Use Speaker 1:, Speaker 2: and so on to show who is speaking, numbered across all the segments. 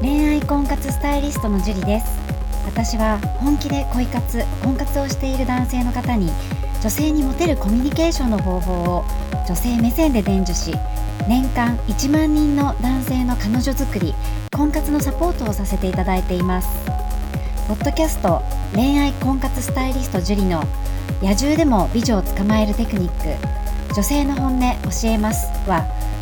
Speaker 1: 恋愛婚活スタイリストのジュリです私は本気で恋活婚活をしている男性の方に女性にモテるコミュニケーションの方法を女性目線で伝授し年間1万人の男性の彼女作り婚活のサポートをさせていただいていますポッドキャスト恋愛婚活スタイリストジュリの野獣でも美女を捕まえるテクニック女性の本音教えますは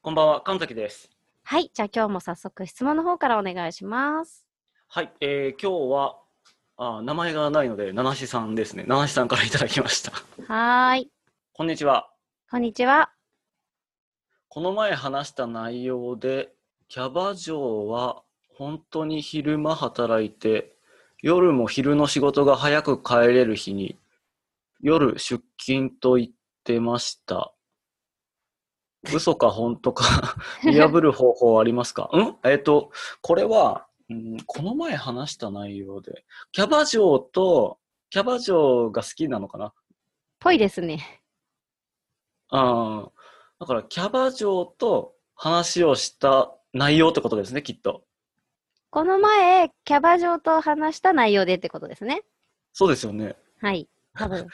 Speaker 2: こんばんは、神崎です。
Speaker 3: はい、じゃあ今日も早速質問の方からお願いします。
Speaker 2: はい、えー、今日はあー名前がないので、七七さんですね。七七さんからいただきました。
Speaker 3: はーい、
Speaker 2: こんにちは。
Speaker 3: こんにちは。
Speaker 2: この前話した内容で、キャバ嬢は本当に昼間働いて、夜も昼の仕事が早く帰れる日に、夜出勤と言ってました。嘘か本当か見破る方法ありますかうんえっ、と、これは、うん、この前話した内容で、キャバ嬢と、キャバ嬢が好きなのかな
Speaker 3: ぽいですね。
Speaker 2: ああ、だからキャバ嬢と話をした内容ってことですね、きっと。
Speaker 3: この前、キャバ嬢と話した内容でってことですね。
Speaker 2: そうですよね。
Speaker 3: はい、多分、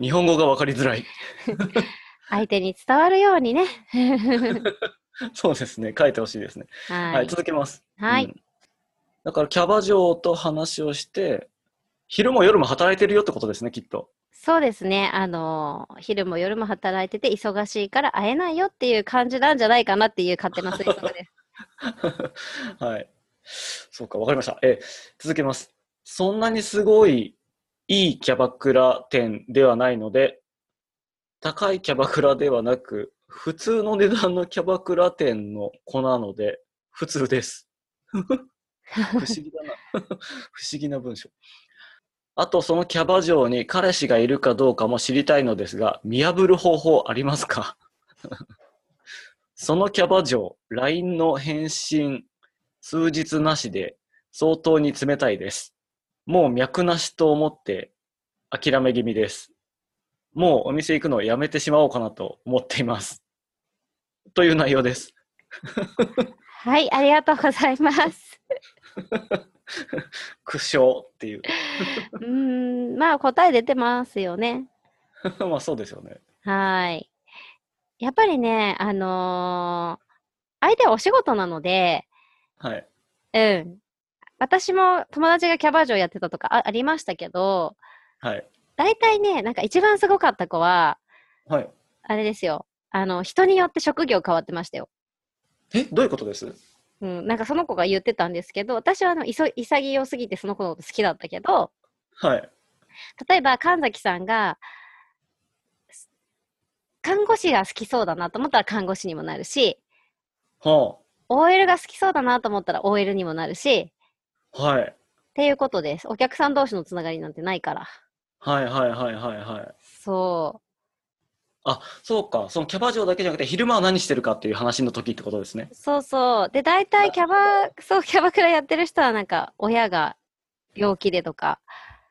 Speaker 2: 日本語がわかりづらい。
Speaker 3: 相手に伝わるようにね。
Speaker 2: そうですね。書いてほしいですね。は、
Speaker 3: はいい、
Speaker 2: 続けます。
Speaker 3: は
Speaker 2: う
Speaker 3: い、
Speaker 2: んだからキャバ嬢と話をして、昼も夜も働いてるよってことですね、きっと。
Speaker 3: そうですね。あのー昼も夜も働いてて忙しいから会えないよっていう感じなんじゃないかなっていう勝手な推測です。
Speaker 2: はい。そうか、わかりました。えー、続けます。そんなにすごいいいキャバクラ店ではないので、高いキャバクラではなく、普通の値段のキャバクラ店の子なので、普通です。不思議だな。不思議な文章。あと、そのキャバ嬢に彼氏がいるかどうかも知りたいのですが、見破る方法ありますか そのキャバ嬢、LINE の返信数日なしで相当に冷たいです。もう脈なしと思って諦め気味です。もうお店行くのをやめてしまおうかなと思っています。という内容です。
Speaker 3: はい、ありがとうございます。
Speaker 2: 苦笑っていう。
Speaker 3: うーん、まあ答え出てますよね。
Speaker 2: まあそうですよね。
Speaker 3: はーい。やっぱりね、あのー相手はお仕事なので、
Speaker 2: はい。
Speaker 3: うん。私も友達がキャバ嬢やってたとかあありましたけど、
Speaker 2: はい。
Speaker 3: 大体ね、なんか一番すごかった子は、
Speaker 2: はい。
Speaker 3: あれですよ。あの、人によって職業変わってましたよ。
Speaker 2: え、どういうことです
Speaker 3: うん、なんかその子が言ってたんですけど、私はあの、いそ潔すぎてその子のこと好きだったけど、
Speaker 2: はい。
Speaker 3: 例えば神崎さんがす看護師が好きそうだなと思ったら看護師にもなるし
Speaker 2: は
Speaker 3: OL が好きそうだなと思ったら OL にもなるし
Speaker 2: あ。はい。
Speaker 3: っていうことですお客さん同士のつながりなんてないから
Speaker 2: はいはいはいはいはい。
Speaker 3: そ
Speaker 2: あ、そうか。そのキャバ嬢だけじゃなくて、昼間は何してるかっていう話の時ってことですね。
Speaker 3: うそうそうで大体キャバそうキャバクラやってる人はなんか親が病気でとか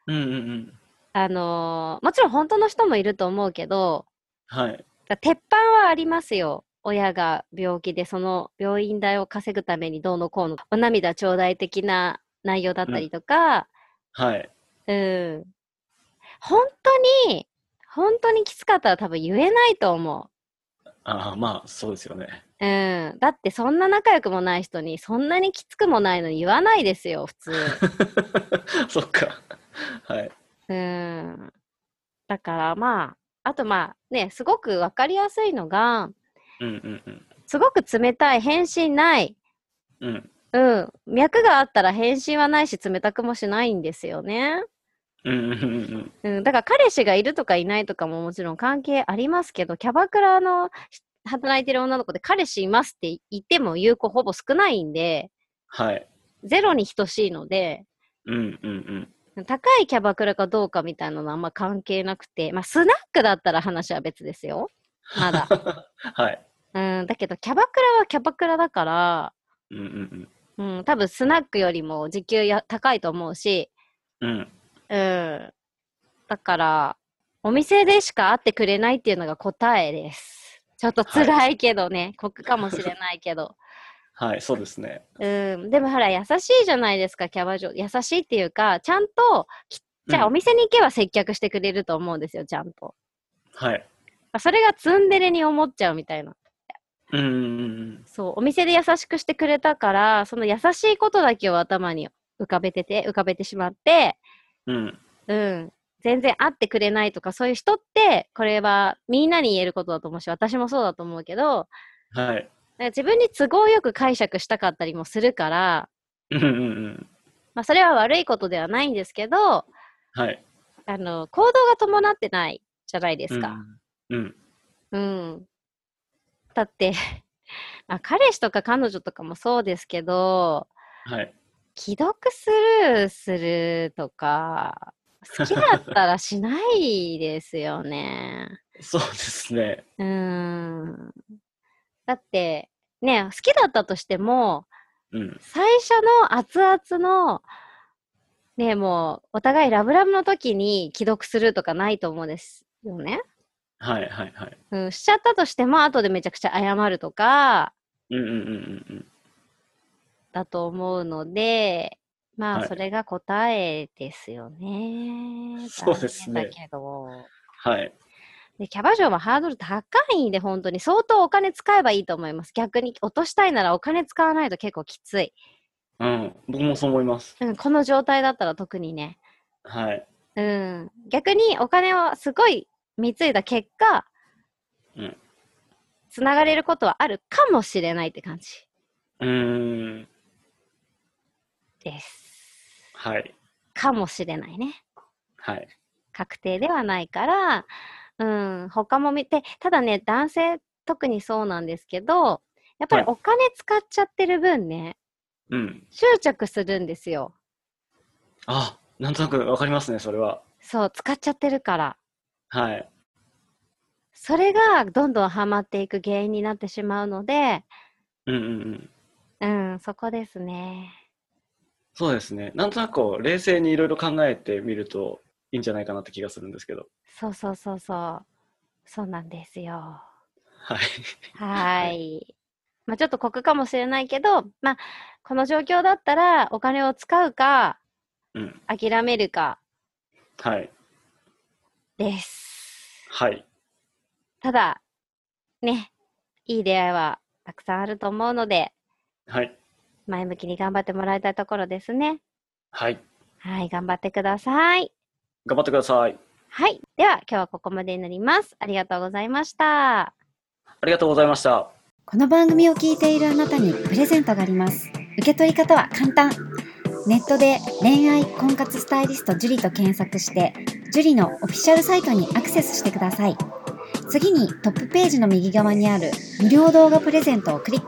Speaker 2: うんうんうん。
Speaker 3: あのーもちろん本当の人もいると思うけど
Speaker 2: はい。
Speaker 3: だ鉄板はありますよ。親が病気でその病院代を稼ぐためにどうのこうのお涙頂戴的な内容だったりとか、
Speaker 2: はい。
Speaker 3: うん、本当に本当にきつかったら多分言えないと思
Speaker 2: ああ、まあそうですよね。
Speaker 3: う。うん、だってそんな仲良くもない人にそんなに きつくもないのに言わないですよ普通。
Speaker 2: そっか。はい。
Speaker 3: うん。だからまあ、あとまあね、すごくわかりやすいのが、
Speaker 2: うんうんうん。
Speaker 3: すごく冷たい、返信ない。
Speaker 2: うん。
Speaker 3: うん。脈があったら返信はないし、冷たくもしないんですよね。
Speaker 2: うんうんうん
Speaker 3: うん。だから彼氏がいるとかいないとかももちろん関係ありますけど、キャバクラのし働いてる女の子で彼氏いますって言っても有効ほぼ少ないんで、
Speaker 2: はい。
Speaker 3: ゼロに等しいので、
Speaker 2: うんうんうん。
Speaker 3: 高いキャバクラかどうかみたいなのはあんま関係なくて、まあスナックだったら話は別ですよ。ま だ。
Speaker 2: はい。
Speaker 3: うん、だけどキャバクラはキャバクラだから、
Speaker 2: うんうん
Speaker 3: うん、多分スナックよりも時給や高いと思うし、
Speaker 2: うん。うん。
Speaker 3: うん、だから、お店でしか会ってくれないっていうのが答えです。ちょっと辛いけどね、酷かもしれないけど。
Speaker 2: はい、そうですね。
Speaker 3: うん、でもほら、優しいじゃないですか、キャバ嬢。優しいっていうか、ちゃんと、きじゃあお
Speaker 2: うん
Speaker 3: 店に行けば接客してくれると思うんですよ、ちゃんと。
Speaker 2: はい。
Speaker 3: それがツンデレに思っちゃうみたいな。
Speaker 2: うんうん
Speaker 3: そう、お店で優しくしてくれたから、その優しいことだけを頭に浮かべてて、浮かべてしまって、
Speaker 2: うん。うん。
Speaker 3: うん、全然会ってくれないとか、そういう人って、これはみんなに言えることだと思うし、私もそうだと思うけど、
Speaker 2: は
Speaker 3: な
Speaker 2: い。
Speaker 3: んか自分に都合よく解釈したかったりもするから、
Speaker 2: うんうんうん。
Speaker 3: まあ、それは悪いことではないんですけど、あ
Speaker 2: はい。
Speaker 3: の、行動が伴ってないじゃないですか。
Speaker 2: うん。うん。
Speaker 3: うん。だって、 まあ、彼氏とか彼女とかもそうですけど、
Speaker 2: はい。
Speaker 3: 既読スルーするとか、好きだったらしないですよね。
Speaker 2: そうですね。
Speaker 3: うーん。だって、ね、好きだったとしても、
Speaker 2: うん。
Speaker 3: 最初の熱々の、ね、もう、お互いラブラブの時に既読するとかないと思うんですよね。
Speaker 2: はいはいはい。
Speaker 3: うん、しちゃったとしても、後でめちゃくちゃ謝るとか、
Speaker 2: うんうんうんうん
Speaker 3: だと思うので、ま
Speaker 2: は
Speaker 3: あ、
Speaker 2: い
Speaker 3: それが答えですよね。
Speaker 2: そうです
Speaker 3: 残
Speaker 2: ね
Speaker 3: 念だけど。
Speaker 2: うん。はい。
Speaker 3: で、キャバ嬢はハードル高いんで、本当に。相当お金使えばいいと思います。逆に落としたいならお金使わないと結構きつい。
Speaker 2: うん。僕もそう思います。
Speaker 3: うん、この状態だったら特にね。
Speaker 2: はい。
Speaker 3: うん。逆にお金をすごい貢いだ結果、
Speaker 2: うん
Speaker 3: つながれることはあるかもしれないって感じ
Speaker 2: うーん。
Speaker 3: です。
Speaker 2: はい。
Speaker 3: かもしれないね。
Speaker 2: はい。
Speaker 3: 確定ではないから、うん、他も見て、ただね、男性特にそうなんですけど、やっぱり
Speaker 2: はい
Speaker 3: お金使っちゃってる分ね、
Speaker 2: うん。
Speaker 3: 執着するんですよ。
Speaker 2: あ、なんとなくわかりますね、それは。
Speaker 3: そう、使っちゃってるから。
Speaker 2: はい。
Speaker 3: それがどんどんハマっていく原因になってしまうので、
Speaker 2: うんうんうん。
Speaker 3: うん、そこですね。
Speaker 2: そうですね。なんとなくこう、冷静にいろいろ考えてみるといいんじゃないかなって気がするんですけど。
Speaker 3: そうそうそうそう。そうなんですよ。
Speaker 2: はい。
Speaker 3: は。
Speaker 2: はい
Speaker 3: まあちょっと酷かもしれないけど、まあ、この状況だったらお金を使うか、
Speaker 2: うん。
Speaker 3: 諦めるか
Speaker 2: はい。
Speaker 3: です。
Speaker 2: はい。
Speaker 3: ただ、ね、いい出会いはたくさんあると思うので、
Speaker 2: はい。
Speaker 3: 前向きに頑張ってもらいたいところですね。
Speaker 2: はい。
Speaker 3: はい、頑張ってください。
Speaker 2: 頑張ってください。
Speaker 3: はい。では、今日はここまでになります。ありがとうございました。
Speaker 2: ありがとうございました。
Speaker 1: この番組を聞いているあなたにプレゼントがあります。受け取り方は簡単。ネットで恋愛婚活スタイリスト樹と検索して、樹のオフィシャルサイトにアクセスしてください。次にトップページの右側にある無料動画プレゼントをクリック。